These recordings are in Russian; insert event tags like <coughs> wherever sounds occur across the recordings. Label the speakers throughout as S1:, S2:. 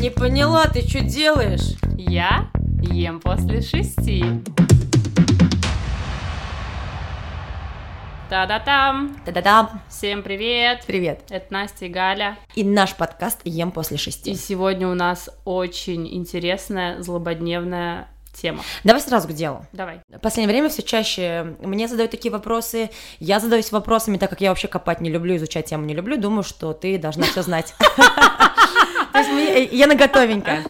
S1: Не поняла, ты что делаешь?
S2: Я ем после шести. Та-да-там!
S1: Да-да-да,
S2: Всем привет!
S1: привет.
S2: Это Настя и Галя.
S1: И наш подкаст «Ем после шести».
S2: И сегодня у нас очень интересная злободневная тема.
S1: Давай сразу к делу.
S2: Давай.
S1: В последнее время все чаще мне задают такие вопросы, я задаюсь вопросами, так как я вообще копать не люблю, изучать тему не люблю, думаю, что ты должна все знать. То есть мне- я наготовенько.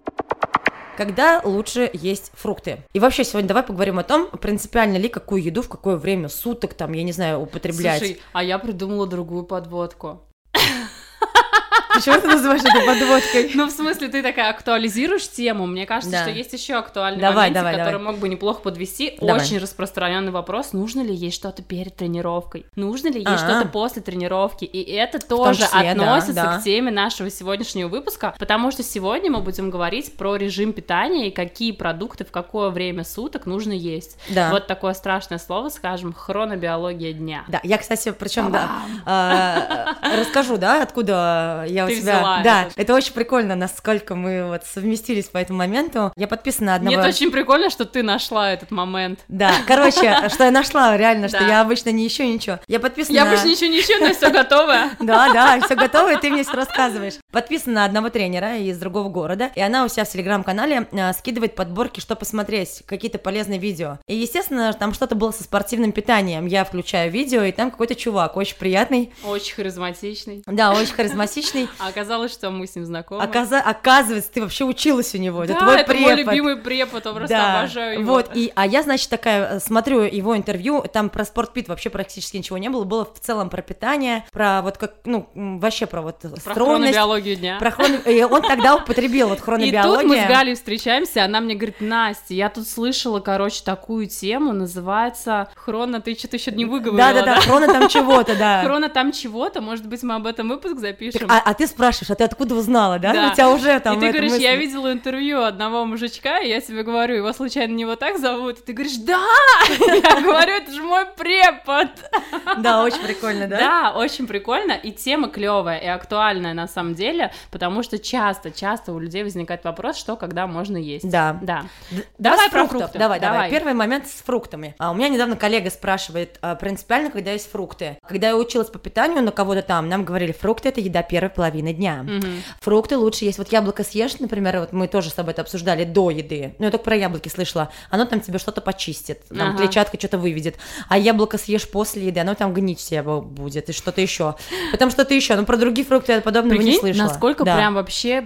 S1: Когда лучше есть фрукты? И вообще сегодня давай поговорим о том, принципиально ли какую еду в какое время суток, там, я не знаю, употреблять.
S2: Слушай, а я придумала другую подводку.
S1: Почему ты называешь это <laughs> подводкой?
S2: Ну, в смысле, ты такая актуализируешь тему. Мне кажется,
S1: Да.
S2: что есть еще актуальный
S1: Давай,
S2: моментик,
S1: давай,
S2: который
S1: давай.
S2: мог бы неплохо подвести.
S1: Давай.
S2: Очень распространенный вопрос: нужно ли есть что-то перед тренировкой? Нужно ли есть
S1: А-а.
S2: что-то после тренировки? И это тоже
S1: числе, да,
S2: относится
S1: да.
S2: к теме нашего сегодняшнего выпуска, потому что сегодня мы будем говорить про режим питания и какие продукты в какое время суток нужно есть.
S1: Да.
S2: Вот такое страшное слово, скажем, хронобиология дня.
S1: Да, я, кстати, причем, да,
S2: Бам!
S1: А, Расскажу, да, откуда я у
S2: Ты
S1: тебя.
S2: взяла
S1: да,
S2: это.
S1: это очень прикольно, насколько мы вот совместились по этому моменту. Я подписана на
S2: Мне
S1: одного.
S2: это очень прикольно, что ты нашла этот момент.
S1: Да, короче, что я нашла реально, что
S2: Да.
S1: я обычно не ищу ничего. Я подписана.
S2: Я
S1: на-
S2: больше ничего не ищу, но все готово.
S1: Да, да, все готово, и ты мне все рассказываешь. Подписана на одного тренера из другого города, и она у себя в телеграм-канале э, скидывает подборки, что посмотреть, какие-то полезные видео. И, естественно, там что-то было со спортивным питанием. Я включаю видео, и там какой-то чувак, очень приятный,
S2: Очень харизматичный.
S1: да, очень харизматичный,
S2: А оказалось, что мы с ним знакомы.
S1: Оказа- Оказывается, ты вообще училась у него.
S2: Да,
S1: это твой
S2: это мой
S1: препод.
S2: любимый препод, я просто
S1: Да.
S2: обожаю его.
S1: Вот, и, а я, значит, такая э, смотрю его интервью, там про спортпит вообще практически ничего не было, было в целом про питание, про вот как, ну, м, вообще про вот
S2: Про
S1: стройность.
S2: хронобиологию дня.
S1: Про хроно- и он тогда употребил вот
S2: И тут мы с
S1: хронобиология.
S2: Галей встречаемся, она мне говорит, Настя, я тут слышала, короче, такую тему, называется «Хрона, ты что-то еще не выговорила,
S1: Да-да-да, хрона там чего-то,
S2: <laughs>
S1: да.
S2: «Хрона там чего-то», может быть, мы об этом выпуск запишем.
S1: А, а ты спрашиваешь, а ты откуда узнала, да?
S2: Да.
S1: У тебя уже там
S2: и ты
S1: эта
S2: говоришь,
S1: мысль.
S2: я видела интервью одного мужичка, и я тебе говорю, его случайно не вот так зовут? И ты говоришь, да! <laughs> Я говорю, это же мой препод!
S1: Да, очень прикольно, да?
S2: Да, очень прикольно, и тема клевая и актуальная на самом деле, потому что часто, часто у людей возникает вопрос, что когда можно есть.
S1: Да.
S2: Да.
S1: Д-
S2: Давай
S1: с
S2: про
S1: фруктов.
S2: фрукты.
S1: Давай, давай,
S2: Давай.
S1: Первый момент с фруктами. А, у меня недавно коллега спрашивает, а, принципиально, когда есть фрукты. Когда я училась по питанию на кого-то там, нам говорили, фрукты это еда первой половины дня.
S2: Мгм.
S1: Фрукты лучше есть. Вот яблоко съешь, например, вот мы тоже с тобой это обсуждали до еды. Ну, я только про яблоки слышала. Оно там тебе что-то почистит, там
S2: Ага.
S1: клетчатка что-то выведет. А яблоко съешь после еды, оно там гнить себе бу- будет и что-то еще. Потом что-то еще. Ну, про другие фрукты я подобного не
S2: Прикинь,
S1: слышала.
S2: насколько
S1: Да.
S2: прям вообще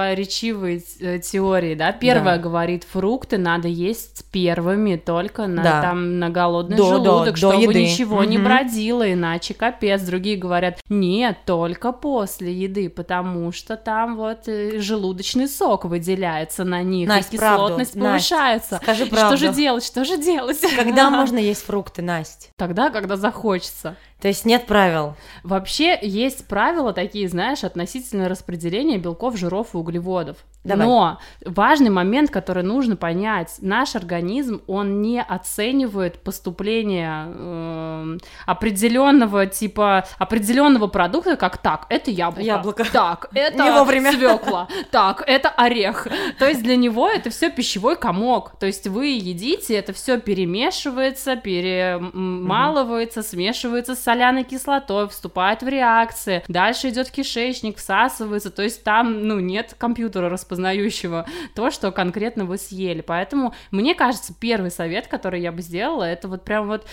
S2: противоречивые э, теории, да? Первая
S1: Да.
S2: говорит, фрукты надо есть первыми, только на,
S1: Да.
S2: там, на голодный
S1: До- до-
S2: желудок,
S1: до
S2: чтобы
S1: еды.
S2: ничего не
S1: Мгм.
S2: бродило, иначе капец. Другие говорят, нет, только после еды, потому что там вот э, желудочный сок выделяется на них,
S1: Настя,
S2: и кислотность
S1: правду. Настя,
S2: повышается.
S1: Скажи
S2: И Что
S1: правду.
S2: же делать? Что же делать?
S1: Когда можно есть фрукты, Настя?
S2: <laughs> Тогда, когда захочется.
S1: То есть нет правил.
S2: Вообще есть правила такие, знаешь, относительно распределения белков, жиров и углеводов.
S1: Давай.
S2: Но важный момент, который нужно понять, наш организм, он не оценивает поступление эм, определенного типа определенного продукта как так, это яблоко,
S1: Яблоко.
S2: так, это
S1: <laughs> Не вовремя.
S2: свекла, так, это орех. То есть для него это все пищевой комок. То есть вы едите, это все перемешивается, перемалывается, смешивается с соляной кислотой, вступает в реакции. Дальше идет кишечник, всасывается. То есть там, ну, нет компьютера распознающего то, что конкретно вы съели. Поэтому мне кажется, первый совет, который я бы сделала, это вот прям вот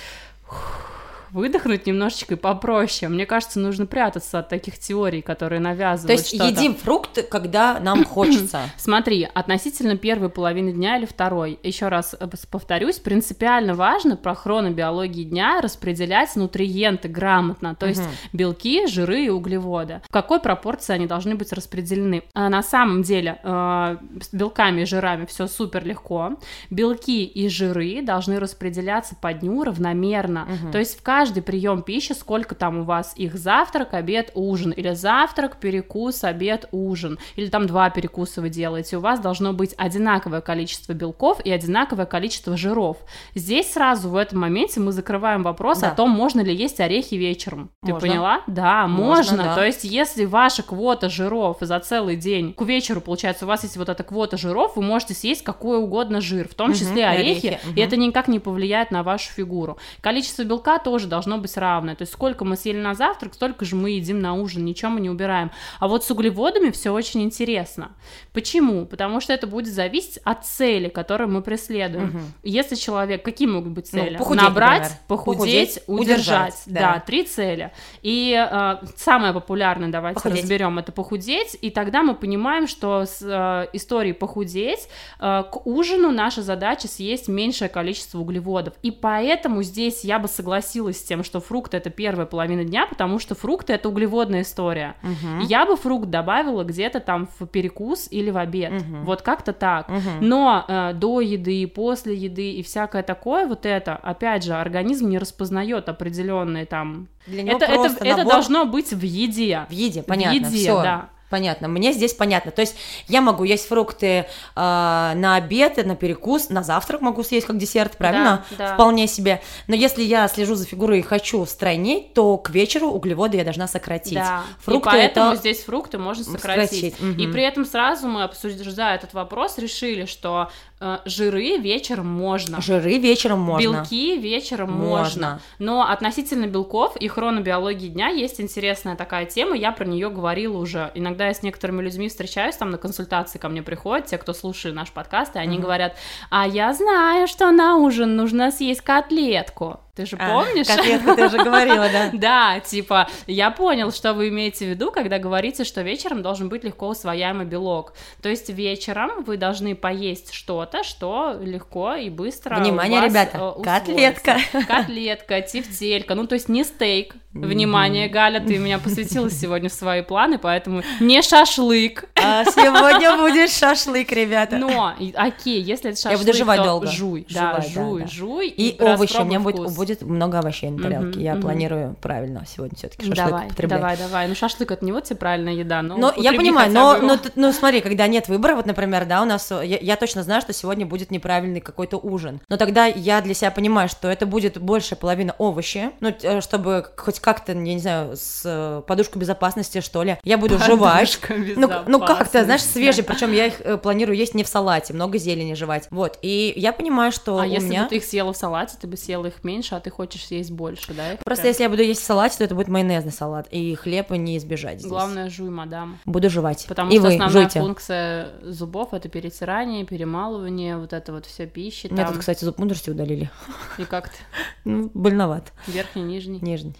S2: выдохнуть немножечко и попроще. Мне кажется, нужно прятаться от таких теорий, которые навязывают
S1: То есть
S2: что-то.
S1: едим фрукты, когда <coughs> нам хочется.
S2: Смотри, относительно первой половины дня или второй. Еще раз э, пос- повторюсь, принципиально важно про хронобиологии дня распределять нутриенты грамотно, то есть
S1: Мгм.
S2: белки, жиры и углеводы. В какой пропорции они должны быть распределены? А на самом деле э, с белками и жирами все супер легко. Белки и жиры должны распределяться по дню равномерно.
S1: Мгм.
S2: То есть в каждый прием пищи, сколько там у вас их завтрак, обед, ужин, или завтрак, перекус, обед, ужин, или там два перекуса вы делаете, у вас должно быть одинаковое количество белков и одинаковое количество жиров. Здесь сразу в этом моменте мы закрываем вопрос
S1: Да.
S2: о том, можно ли есть орехи вечером.
S1: Можно.
S2: Ты поняла? Да, можно.
S1: Можно, да.
S2: То есть, если ваша квота жиров за целый день к вечеру, получается, у вас есть вот эта квота жиров, вы можете съесть какой угодно жир, в том
S1: Мгм, и
S2: числе орехи,
S1: орехи, мгм.
S2: и это никак не повлияет на вашу фигуру. Количество белка тоже должно быть равное. То есть, сколько мы съели на завтрак, столько же мы едим на ужин, ничего мы не убираем. А вот с углеводами все очень интересно. Почему? Потому что это будет зависеть от цели, которую мы преследуем.
S1: Мгм.
S2: Если человек, какие могут быть
S1: Ну,
S2: цели?
S1: похудеть,
S2: Набрать,
S1: например. Похудеть,
S2: похудеть, удержать.
S1: удержать, да.
S2: Да. три цели. И э, самое популярное, давайте
S1: Похудеть.
S2: разберем, это похудеть. И тогда мы понимаем, что с э, историей похудеть э, к ужину наша задача съесть меньшее количество углеводов. И поэтому здесь я бы согласилась с тем, что фрукты это первая половина дня, потому что фрукты это углеводная история.
S1: Мгм.
S2: Я бы фрукт добавила где-то там в перекус или в обед.
S1: Мгм.
S2: Вот как-то так.
S1: Мгм.
S2: Но э, до еды, после еды и всякое такое, вот это, опять же, организм не распознает определенные там.
S1: Для него
S2: Это, это,
S1: просто
S2: это
S1: набор
S2: должно быть в еде.
S1: В еде, понятно,
S2: еде,
S1: всё.
S2: да.
S1: Понятно, мне здесь понятно. То есть я могу есть фрукты э, на обед, на перекус, на завтрак могу съесть как десерт, правильно?
S2: Да, да.
S1: Вполне себе. Но если я слежу за фигурой и хочу стройнеть, то к вечеру углеводы я должна сократить.
S2: Да.
S1: Фрукты
S2: и поэтому
S1: это-
S2: здесь фрукты можно
S1: М,
S2: сократить.
S1: сократить, мгм.
S2: И при этом сразу мы, обсуждая этот вопрос, решили, что э, жиры вечером можно.
S1: Жиры вечером можно.
S2: Белки вечером можно. Но относительно белков и хронобиологии дня есть интересная такая тема, я про нее говорила уже. Иногда я с некоторыми людьми встречаюсь, там на консультации ко мне приходят, те, кто слушает наш подкаст, и они
S1: Мгм.
S2: говорят, а я знаю, что на ужин нужно съесть котлетку. Ты же
S1: А,
S2: помнишь?
S1: котлетку ты уже говорила, да?
S2: Да, типа, я понял, что вы имеете в виду, когда говорите, что вечером должен быть легко усвояемый белок. То есть вечером вы должны поесть что-то, что легко и быстро у
S1: Внимание,
S2: вас, э,
S1: ребята,
S2: усвоится.
S1: котлетка.
S2: <laughs> Котлетка, тефтелька, ну то есть не стейк.
S1: Мгм.
S2: Внимание, Галя, ты меня посвятила сегодня в свои планы, поэтому не шашлык.
S1: А сегодня будет шашлык, ребята.
S2: Но, и- окей, если это
S1: Я
S2: шашлык,
S1: буду жевать
S2: то
S1: долго.
S2: жуй, да,
S1: Жевать, да,
S2: жуй,
S1: да.
S2: жуй.
S1: И овощи, у меня
S2: распробуй
S1: будет,
S2: вкус.
S1: будет много овощей на
S2: Мгм,
S1: тарелке. Я
S2: мгм.
S1: планирую правильно сегодня все-таки шашлык
S2: Давай,
S1: потреблять.
S2: давай, давай. Ну, шашлык это не вот тебе правильная еда, но.
S1: Ну, я
S2: употреби
S1: понимаю,
S2: хотя
S1: но,
S2: бы его.
S1: но, т- ну, смотри, когда нет выбора, вот, например, да, у нас, э, я, я точно знаю, что сегодня будет неправильный какой-то ужин, но тогда я для себя понимаю, что это будет большая половина овощи, ну, т- э, чтобы хоть как-то, я не знаю, с э, подушку безопасности, что ли, я буду жевать.
S2: Подушка
S1: Ну, к- ну как-то, знаешь,
S2: безопасности.
S1: свежий, причем я их э, планирую есть не в салате, много зелени жевать. Вот, и я понимаю, что
S2: А
S1: у
S2: если
S1: меня...
S2: бы ты их съела в салате, ты бы съела их меньше, а ты хочешь съесть больше, да? их
S1: Просто
S2: прям?
S1: если я буду есть в салате, то это будет майонезный салат, и хлеба не избежать здесь.
S2: Главное, жуй, мадам.
S1: Буду жевать.
S2: Потому
S1: и
S2: что
S1: вы
S2: основная
S1: жуйте.
S2: функция зубов это перетирание, перемалывание, вот это вот все пищи
S1: У меня
S2: там.
S1: тут, кстати, зуб мудрости удалили.
S2: И как-то
S1: Ну, больновато.
S2: верхний, нижний.
S1: Нежный.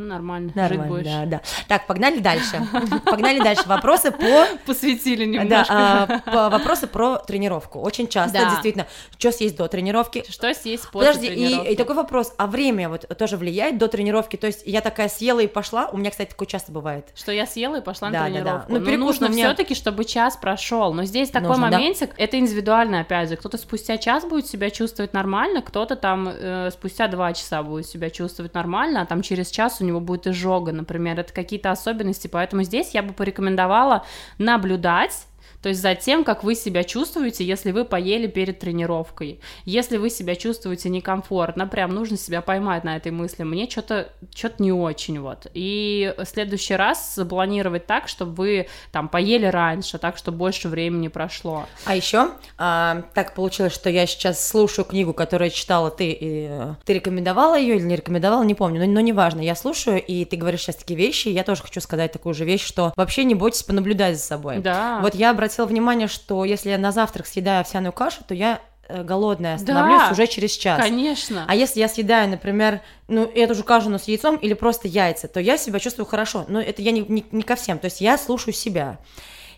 S2: Ну, нормально. Жить
S1: Нормально,
S2: будешь.
S1: да, да. Так, погнали дальше. Погнали дальше. Вопросы по...
S2: <laughs> Посвятили
S1: Да,
S2: немножко.
S1: а, по- вопросы про тренировку. Очень часто,
S2: Да.
S1: действительно, что съесть до тренировки.
S2: Что съесть после
S1: Подожди,
S2: тренировки?
S1: и, и такой вопрос, а время вот тоже влияет до тренировки? То есть я такая съела и пошла, у меня, кстати, такое часто бывает.
S2: Что я съела и пошла
S1: Да,
S2: на
S1: да, да.
S2: тренировку.
S1: Ну,
S2: Ну,
S1: перекус,
S2: нужно
S1: но мне-
S2: все-таки, чтобы час прошел. Но здесь такой
S1: Нужно, да.
S2: моментик, это индивидуально, опять же. Кто-то спустя час будет себя чувствовать нормально, кто-то там э, спустя два часа будет себя чувствовать нормально, а там через час у него будет изжога, например. Это какие-то особенности. Поэтому здесь я бы порекомендовала наблюдать. То есть за тем, как вы себя чувствуете, если вы поели перед тренировкой. Если вы себя чувствуете некомфортно, прям нужно себя поймать на этой мысли. Мне что-то что не очень вот. И в следующий раз запланировать так, чтобы вы там поели раньше, так, чтобы больше времени прошло.
S1: А еще так получилось, что я сейчас слушаю книгу, которую читала ты, и, э, ты рекомендовала ее или не рекомендовала, не помню, но, но неважно, я слушаю, и ты говоришь сейчас такие вещи, и я тоже хочу сказать такую же вещь, что вообще не бойтесь понаблюдать за собой.
S2: Да.
S1: Вот я обратила внимание, что если я на завтрак съедаю овсяную кашу, то я э, голодная
S2: Да.
S1: становлюсь уже через час.
S2: Конечно.
S1: А если я съедаю, например, ну, эту же кашу, но с яйцом или просто яйца, то я себя чувствую хорошо. Но это я не, не- не ко всем. То есть я слушаю себя.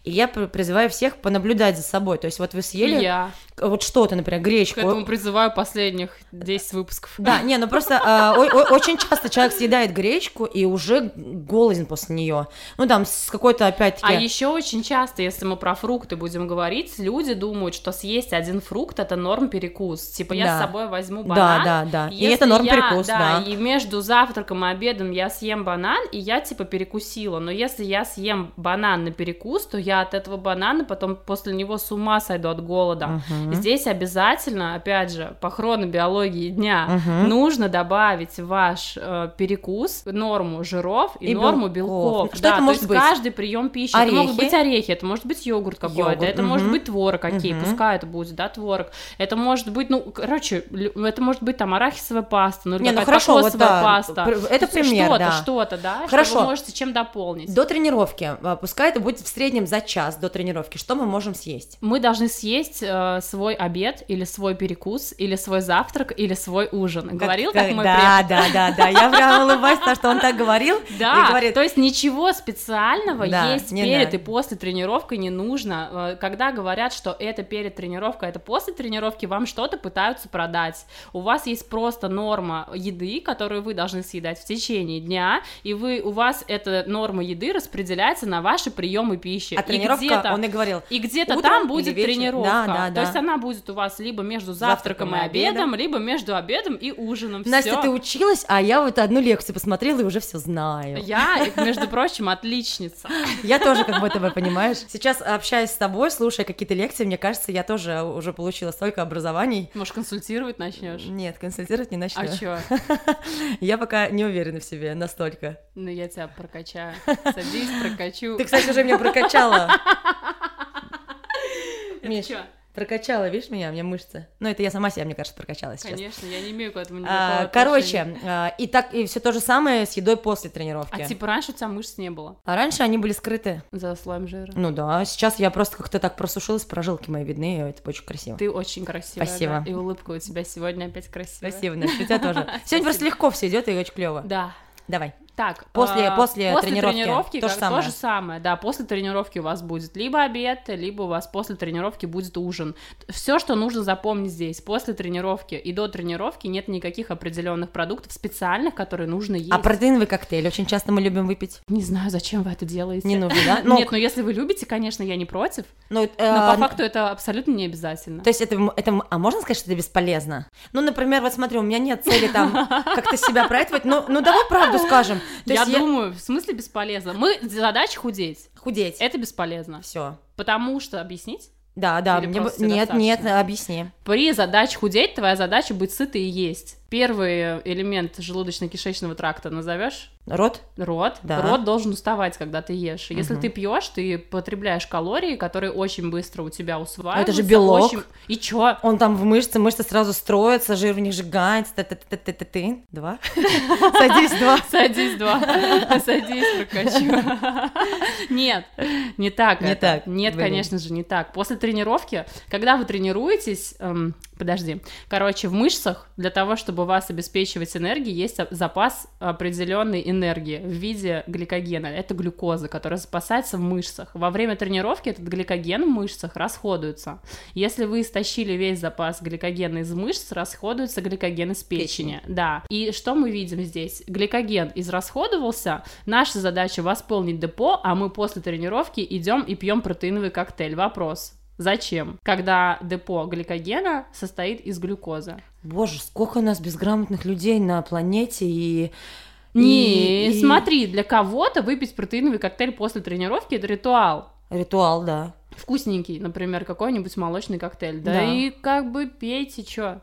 S1: И я пр- призываю всех понаблюдать за собой. То есть вот вы съели
S2: Я
S1: э, вот что-то, например,
S2: к
S1: гречку.
S2: этому призываю последних 10 выпусков. <laughs>
S1: Да, не, ну просто э, о- о- очень часто человек съедает гречку и уже голоден после нее. Ну там с какой-то
S2: А
S1: опять-таки...
S2: еще очень часто, если мы про фрукты будем говорить, люди думают, что съесть один фрукт это норм перекус. Типа я
S1: Да.
S2: с собой возьму банан.
S1: да, да, да. И
S2: Если
S1: это норм
S2: я,
S1: перекус, да.
S2: И между завтраком и обедом я съем банан, и я типа перекусила. Но если я съем банан на перекус, то я от этого банана потом после него с ума сойду от голода.
S1: Мгм.
S2: Здесь обязательно, опять же, по хронобиологии дня
S1: Мгм.
S2: нужно добавить в ваш э, перекус норму жиров и,
S1: И
S2: норму
S1: белков.
S2: белков.
S1: Что
S2: Да,
S1: это
S2: то
S1: может
S2: есть
S1: быть?
S2: Каждый прием пищи. Это могут
S1: Орехи.
S2: быть орехи, это может быть йогурт какой-то,
S1: Йогурт,
S2: это может
S1: мгм.
S2: быть творог окей,
S1: Мгм.
S2: пускай это будет, да, творог. Это может быть, ну, короче, лю- это может быть там арахисовая паста, ну, или
S1: Не, ну
S2: какая-то
S1: хорошо, вот
S2: кокосовая
S1: да,
S2: паста.
S1: пр- это
S2: То есть
S1: пример,
S2: Что-то,
S1: да.
S2: что-то, да,
S1: Хорошо.
S2: что вы можете чем дополнить.
S1: До тренировки, а, пускай это будет в среднем за час до тренировки, что мы можем съесть?
S2: Мы должны съесть э, свой обед или свой перекус или свой завтрак или свой ужин. Говорил так мой
S1: да, да, да, да, я
S2: <laughs>
S1: прям улыбаюсь, потому что он так говорил.
S2: Да,
S1: и говорит,
S2: то есть ничего специального
S1: Да,
S2: есть
S1: не
S2: перед
S1: надо.
S2: и после тренировки не нужно. Э, Когда говорят, что это перед тренировкой, а это после тренировки, вам что-то пытаются продать. У вас есть просто норма еды, которую вы должны съедать в течение дня, и вы, у вас эта норма еды распределяется на ваши приемы пищи.
S1: а
S2: И
S1: тренировка,
S2: где-то-
S1: он и говорил,
S2: и где-то
S1: Утром
S2: там
S1: или
S2: будет
S1: вечером?
S2: тренировка.
S1: Да, да,
S2: То
S1: да.
S2: есть она будет у вас либо между
S1: Завтраком
S2: завтраком,
S1: и
S2: и обедом, либо между обедом и ужином.
S1: Настя,
S2: Всё.
S1: ты училась, а я вот одну лекцию посмотрела и уже все знаю.
S2: Я, между прочим, отличница.
S1: <laughs> Я тоже как будто бы, понимаешь? Сейчас общаясь с тобой, слушая какие-то лекции, мне кажется, я тоже уже получила столько образований.
S2: Может, консультировать начнешь?
S1: Нет, консультировать не начну.
S2: А чё?
S1: Я пока не уверена в себе настолько.
S2: Ну, я тебя прокачаю. Садись, прокачу.
S1: Ты, кстати, уже меня прокачала.
S2: <laughs> Это
S1: Миш,
S2: чё?
S1: прокачала, видишь меня, у меня мышцы. Ну, это я сама себя, мне кажется, прокачала сейчас.
S2: Конечно, я не имею к этому
S1: А,
S2: никакого отношения.
S1: короче, а, и так и все то же самое с едой после тренировки.
S2: А типа раньше у тебя мышц не было
S1: А раньше они были скрыты.
S2: за слоем жира.
S1: Ну да, сейчас я просто как-то так просушилась, прожилки мои видны, и это очень красиво.
S2: Ты очень красивая.
S1: Спасибо.
S2: да, И улыбка у тебя сегодня опять красивая.
S1: Спасибо, Настя, у тебя
S2: <laughs>
S1: тоже. Сегодня просто легко все идет и очень клево.
S2: Да.
S1: Давай.
S2: Так,
S1: После-
S2: а,
S1: после тренировки
S2: тренировки
S1: то
S2: как-
S1: же самое.
S2: самое, да, после тренировки у вас будет либо обед, либо у вас после тренировки будет ужин. Все, что нужно запомнить здесь, после тренировки и до тренировки нет никаких определенных продуктов специальных, которые нужно есть.
S1: А протеиновый коктейль очень часто мы любим выпить.
S2: Не знаю, зачем вы это делаете. Э,
S1: Не нужно,
S2: <laughs>
S1: да? Ну,
S2: Нет, но если вы любите, конечно, я не против,
S1: ну, э,
S2: но по факту это абсолютно не обязательно.
S1: То есть это, м- это, м- а можно сказать, что это бесполезно? Ну, например, вот смотри, у меня нет цели там
S2: <laughs>
S1: как-то себя проявить, ну, ну давай правду скажем. То
S2: Я
S1: есть я-
S2: думаю, в смысле бесполезно. Мы задача худеть.
S1: худеть.
S2: Это бесполезно.
S1: Все.
S2: Потому что объяснить?
S1: Да, да,
S2: Или
S1: мне бы-
S2: просто
S1: Нет, нет,
S2: достаточно?
S1: объясни.
S2: При задаче худеть твоя задача быть сытой и есть. Первый элемент желудочно-кишечного тракта назовешь?
S1: Рот?
S2: Рот.
S1: Да.
S2: Рот должен уставать, когда ты ешь. Если
S1: Мгм.
S2: ты пьешь, ты потребляешь калории, которые очень быстро у тебя усваиваются.
S1: белок.
S2: очень- И чё?
S1: Он там в мышце, мышцы сразу строятся, жир в них сжигается, ты-ты-ты-ты-ты. Два.
S2: <laughs>
S1: Садись, два.
S2: Садись,
S1: <laughs>
S2: два. Садись, прокачу. Нет, не так.
S1: Не
S2: это.
S1: так,
S2: Нет,
S1: блин.
S2: конечно же, не так. После тренировки, когда вы тренируетесь, эм, подожди, короче, в мышцах для того, чтобы вас обеспечивать энергией, есть о- запас определенной энергии в виде гликогена. Это глюкоза, которая запасается в мышцах. Во время тренировки этот гликоген в мышцах расходуется. Если вы истощили весь запас гликогена из мышц, расходуется гликоген из печени. Да. И что мы видим здесь? Гликоген израсходовался. Наша задача восполнить депо, а мы после тренировки идем и пьем протеиновый коктейль. Вопрос. Зачем? Когда депо гликогена состоит из глюкозы.
S1: Боже, сколько у нас безграмотных людей на планете, и... и-
S2: Не,
S1: и-
S2: смотри, для кого-то выпить протеиновый коктейль после тренировки это ритуал.
S1: Ритуал, да.
S2: Вкусненький, например, какой-нибудь молочный коктейль. Да,
S1: Да.
S2: и как бы пейте, чё?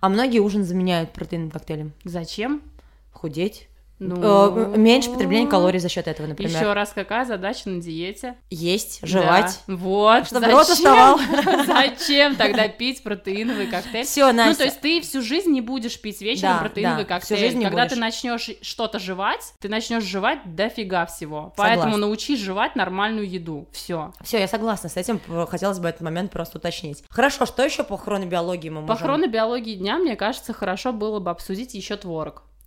S1: А многие ужин заменяют протеиновым коктейлем.
S2: Зачем?
S1: Худеть.
S2: Ну,
S1: Э, меньше потребления калорий за счет этого, например.
S2: Еще раз, какая задача на диете?
S1: Есть, жевать.
S2: Да. Вот.
S1: Чтобы рот
S2: зачем-
S1: уставал.
S2: <laughs> Зачем тогда пить протеиновый коктейль?
S1: Все, Настя.
S2: Ну, то есть ты всю жизнь не будешь пить вечером
S1: Да,
S2: протеиновый
S1: да, всю
S2: коктейль.
S1: жизнь не
S2: Когда
S1: будешь.
S2: ты начнешь что-то жевать, ты начнешь жевать дофига всего.
S1: Согласна.
S2: Поэтому научись жевать нормальную еду. Все.
S1: Все, я согласна с этим. п- Хотелось бы этот момент просто уточнить. Хорошо, что еще по хронобиологии мы можем?
S2: По хронобиологии дня, мне кажется, хорошо было бы обсудить еще творог.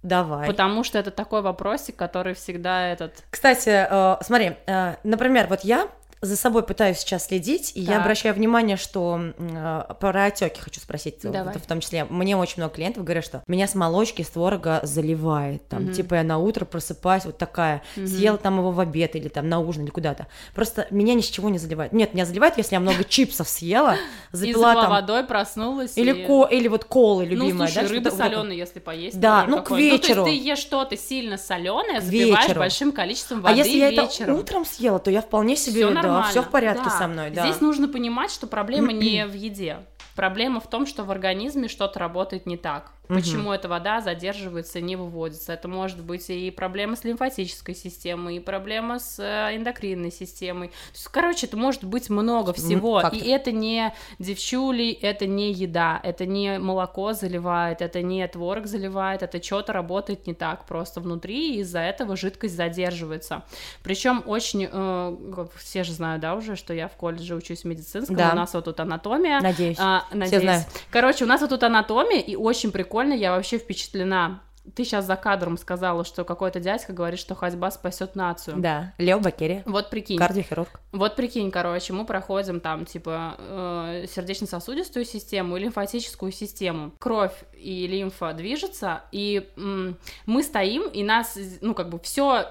S1: Давай.
S2: Потому что это такой вопросик, который всегда этот...
S1: Кстати, э, смотри, э, например, вот я за собой пытаюсь сейчас следить, и я
S2: Так.
S1: обращаю внимание, что э, про отеки хочу спросить, вот
S2: Давай.
S1: в том числе. Мне очень много клиентов говорят, что меня с молочки, с творога заливает, там,
S2: Мгм.
S1: типа я на утро просыпаюсь вот такая,
S2: Мгм.
S1: съела там его в обед или там на ужин или куда-то. Просто меня ни с чего не заливает. Нет, меня заливает, если я
S2: <laughs>
S1: много чипсов съела,
S2: И
S1: запила
S2: запила
S1: там
S2: водой, проснулась.
S1: или
S2: и-
S1: ко, или вот колы
S2: ну,
S1: любимая,
S2: слушай,
S1: да,
S2: рыба
S1: что-то вот это.
S2: соленая, если поесть.
S1: Да,
S2: например,
S1: ну, к
S2: какой-нибудь.
S1: вечеру.
S2: Ну, то есть ты ешь что-то сильно соленое, запиваешь
S1: вечеру.
S2: большим количеством
S1: А
S2: воды
S1: если я это
S2: вечером.
S1: утром съела, то я вполне себе, да,
S2: Всё нормально.
S1: все в порядке
S2: Да.
S1: со мной, да.
S2: Здесь ну, нужно понимать, что проблема не в еде. Проблема в том, что в организме что-то работает не так.
S1: Мгм.
S2: Почему эта вода задерживается и не выводится? Это может быть и проблема с лимфатической системой, и проблема с э, эндокринной системой. То есть, короче, это может быть много всего.
S1: факторов.
S2: И это не девчули, это не еда, это не молоко заливает, это не творог заливает, это что-то работает не так просто внутри, и из-за этого жидкость задерживается. Причем очень, э, как все же знают, да, уже, что я в колледже учусь медицинскому,
S1: Да.
S2: у нас вот тут анатомия.
S1: Надеюсь.
S2: А, надеюсь.
S1: знают.
S2: Короче, у нас вот тут анатомия, и очень прикольно, я вообще впечатлена. Ты сейчас за кадром сказала, что какой-то дядька говорит, что ходьба спасет нацию.
S1: Да, Лео Бакери,
S2: Вот прикинь.
S1: кардиохирург.
S2: Вот прикинь, короче, мы проходим там, типа, э, сердечно-сосудистую систему и лимфатическую систему. Кровь и лимфа движется, и м, мы стоим, и нас, ну, как бы, все,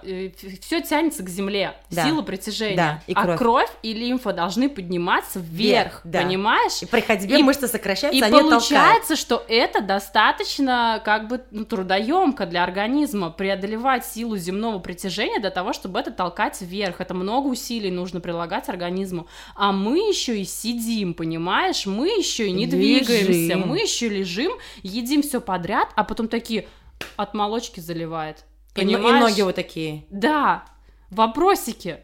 S2: все тянется к земле,
S1: Да.
S2: сила притяжения.
S1: Да, и
S2: А
S1: кровь.
S2: кровь и лимфа должны подниматься
S1: Вверх,
S2: вверх,
S1: да.
S2: понимаешь?
S1: И при ходьбе
S2: И-
S1: мышцы сокращаются,
S2: И
S1: они толкают.
S2: получается, что это достаточно как бы ну, трудоемко для организма преодолевать силу земного притяжения для того, чтобы это толкать вверх. Это много усилий нужно прилагать организму. А мы еще и сидим, понимаешь? Мы еще и не двигаемся,
S1: Лежим.
S2: мы еще лежим, едим все подряд, а потом такие от молочки заливает.
S1: И но-
S2: Понимаешь?
S1: И ноги вот такие.
S2: Да, вопросики.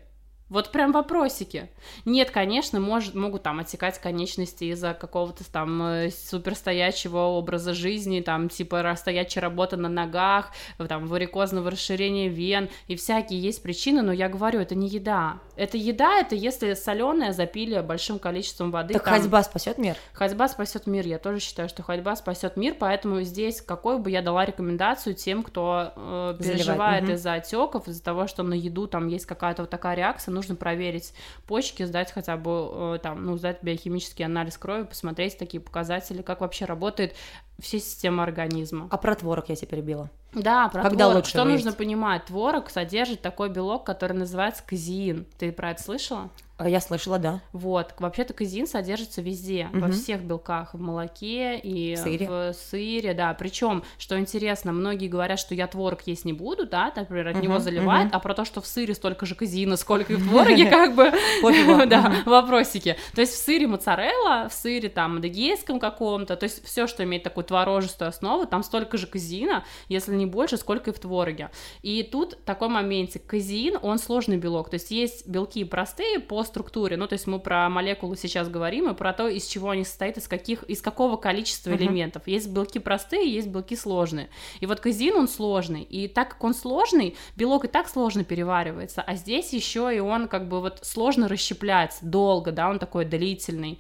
S2: Вот прям вопросики. Нет, конечно, может, могут там отекать конечности из-за какого-то там э, суперстоячего образа жизни, там типа ра- стоячая работа на ногах, э, там варикозного расширения вен и всякие есть причины, но я говорю, это не еда. Это еда, это если соленая запили большим количеством воды.
S1: Так
S2: там-
S1: ходьба спасет мир?
S2: Ходьба спасет мир. Я тоже считаю, что ходьба спасет мир, поэтому здесь какую бы я дала рекомендацию тем, кто э,
S1: Заливает,
S2: переживает
S1: мгм.
S2: из-за отеков, из-за того, что на еду там есть какая-то вот такая реакция, нужно проверить почки, сдать хотя бы э, там, ну, сдать биохимический анализ крови, посмотреть такие показатели, как вообще работает все системы организма.
S1: А про творог я тебя перебила.
S2: Да, про
S1: Когда
S2: творог.
S1: лучше
S2: Что
S1: его
S2: нужно
S1: есть?
S2: понимать? Творог содержит такой белок, который называется казеин. Ты про это слышала?
S1: А Я слышала, <laughs> да.
S2: Вот, вообще-то казеин содержится везде, во
S1: Мгм.
S2: всех белках, в молоке и
S1: В сыре.
S2: в сыре, да. Причем, что интересно, многие говорят, что я творог есть не буду, да, например, от
S1: Мгм,
S2: него заливают,
S1: мгм.
S2: а про то, что в сыре столько же казеина, сколько и
S1: <laughs>
S2: в твороге, как бы, <laughs>
S1: Пофигу.
S2: да,
S1: Мгм.
S2: вопросики. То есть в сыре моцарелла, в сыре там адыгейском каком-то, то есть все, что имеет такую творожистую основу, там столько же казеина, если не больше, сколько и в твороге. И тут такой моментик. Казеин, он сложный белок, то есть есть белки простые по структуре, ну то есть мы про молекулу сейчас говорим и про то, из чего они состоят, из каких, из какого количества
S1: Мгм.
S2: элементов. Есть белки простые, есть белки сложные. И вот казеин, он сложный. И так как он сложный, белок и так сложно переваривается, а здесь еще и он как бы вот сложно расщепляется, долго, да, он такой длительный.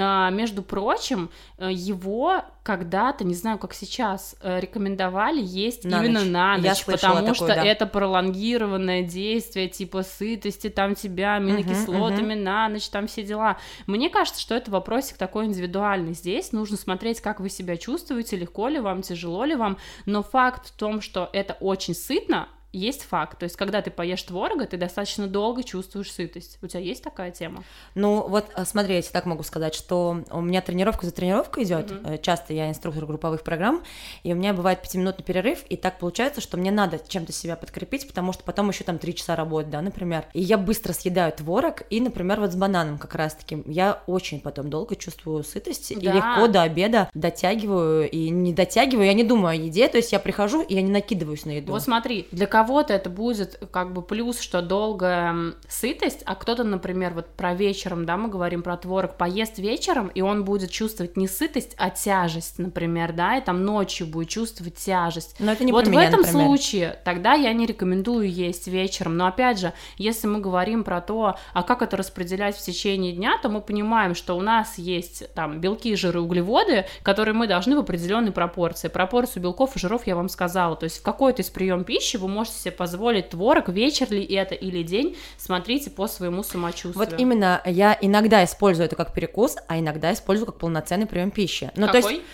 S2: А, Между прочим, э, его когда-то, не знаю, как сейчас, э, рекомендовали есть
S1: На
S2: именно
S1: ночь.
S2: на ночь,
S1: Я слышала
S2: потому
S1: такое,
S2: что
S1: да.
S2: это пролонгированное действие типа сытости, там тебя аминокислотами на ночь, там все дела. Мне кажется, что это вопросик такой индивидуальный. Здесь нужно смотреть, как вы себя чувствуете, легко ли вам, тяжело ли вам. Но факт в том, что это очень сытно, есть факт. То есть, когда ты поешь творога, ты достаточно долго чувствуешь сытость. У тебя есть такая тема?
S1: Ну, вот а, смотри, я тебе так могу сказать, что у меня тренировка за тренировкой идет.
S2: Мгм.
S1: Э, Часто я инструктор групповых программ, и у меня бывает пятиминутный перерыв, и так получается, что мне надо чем-то себя подкрепить, потому что потом еще там три часа работы, да, например. И я быстро съедаю творог, и, например, вот с бананом как раз-таки. Я очень потом долго чувствую сытость, и
S2: Да.
S1: легко до обеда дотягиваю, и не дотягиваю, я не думаю о еде, то есть я прихожу, и я не накидываюсь на еду.
S2: Вот смотри, для кого-то это будет э, как бы плюс, что долгая м, сытость, а кто-то, например, вот про вечером, да, мы говорим про творог, поест вечером, и он будет чувствовать не сытость, а тяжесть, например, да, и там ночью будет чувствовать тяжесть.
S1: Но это не
S2: вот
S1: про
S2: в
S1: меня,
S2: этом
S1: например.
S2: случае тогда я не рекомендую есть вечером. Но опять же, если мы говорим про то, а как это распределять в течение дня, то мы понимаем, что у нас есть там белки, жиры, углеводы, которые мы должны в определенной пропорции. Пропорцию белков и жиров я вам сказала. То есть в какой-то из прием пищи вы можете можете себе позволить творог, вечер ли это или день, смотрите по своему самочувствию.
S1: Вот именно я иногда использую это как перекус, а иногда использую как полноценный прием пищи. Ну, то
S2: Какой?
S1: есть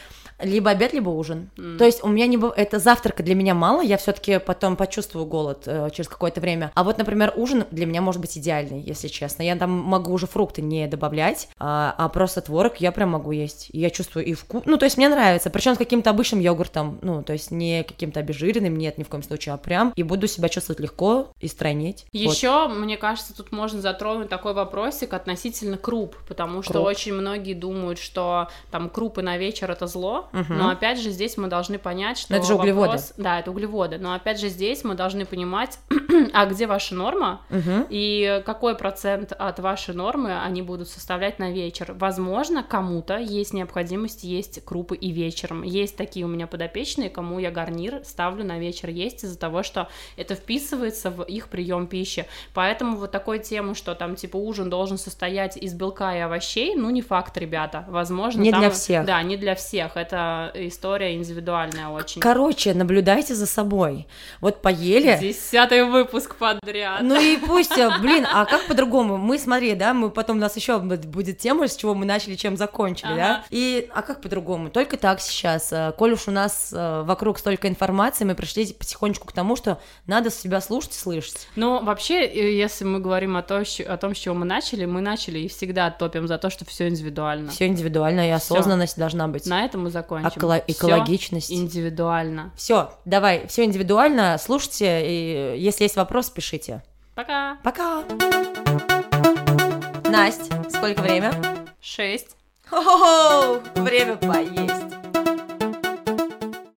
S1: либо обед, либо ужин.
S2: М.
S1: То есть у меня не быв- это завтрака для меня мало, я все-таки потом почувствую голод э, через какое-то время. А вот, например, ужин для меня может быть идеальный, если честно. Я там могу уже фрукты не добавлять, а, а просто творог я прям могу есть. И Я чувствую и вкус. Ну, то есть мне нравится. Причем с каким-то обычным йогуртом. Ну, то есть не каким-то обезжиренным, нет, ни в коем случае, а прям. И буду себя чувствовать легко и стройнеть. Вот.
S2: Еще, мне кажется, тут можно затронуть такой вопросик относительно круп, потому что
S1: Круп.
S2: очень многие думают, что там крупы на вечер это зло,
S1: Мгм.
S2: но опять же здесь мы должны понять, что
S1: Но это же углеводы.
S2: вопрос- да, это углеводы, но опять же здесь мы должны понимать, <clears throat> а где ваша норма
S1: Мгм.
S2: и какой процент от вашей нормы они будут составлять на вечер. Возможно, кому-то есть необходимость есть крупы и вечером. Есть такие у меня подопечные, кому я гарнир ставлю на вечер есть из-за того, что это вписывается в их прием пищи. Поэтому вот такой тему, что там типа ужин должен состоять из белка и овощей, ну не факт, ребята. Возможно,
S1: Не
S2: там-
S1: для всех.
S2: Да, не для всех. Это история индивидуальная очень.
S1: Короче, наблюдайте за собой. Вот поели.
S2: Десятый выпуск подряд.
S1: Ну и пусть, э, блин, а как по-другому? Мы, смотри, да, мы потом у нас еще будет тема, с чего мы начали, чем закончили, да?
S2: Ага.
S1: И, а как по-другому? Только так сейчас. Э, Коль уж у нас э, вокруг столько информации, мы пришли потихонечку к тому, что надо себя слушать и слышать.
S2: Ну, вообще, э, если мы говорим о, то, щ- о том, с чего мы начали, мы начали и всегда топим за то, что все индивидуально.
S1: Все индивидуально и осознанность должна быть.
S2: На этом мы закончим.
S1: Около-
S2: Всё
S1: экологичность.
S2: индивидуально.
S1: Все, давай, все индивидуально, слушайте, и э, если есть вопрос, пишите.
S2: Пока.
S1: Пока! Настя, сколько время?
S2: Шесть.
S1: Хо-хо-хо! Время поесть!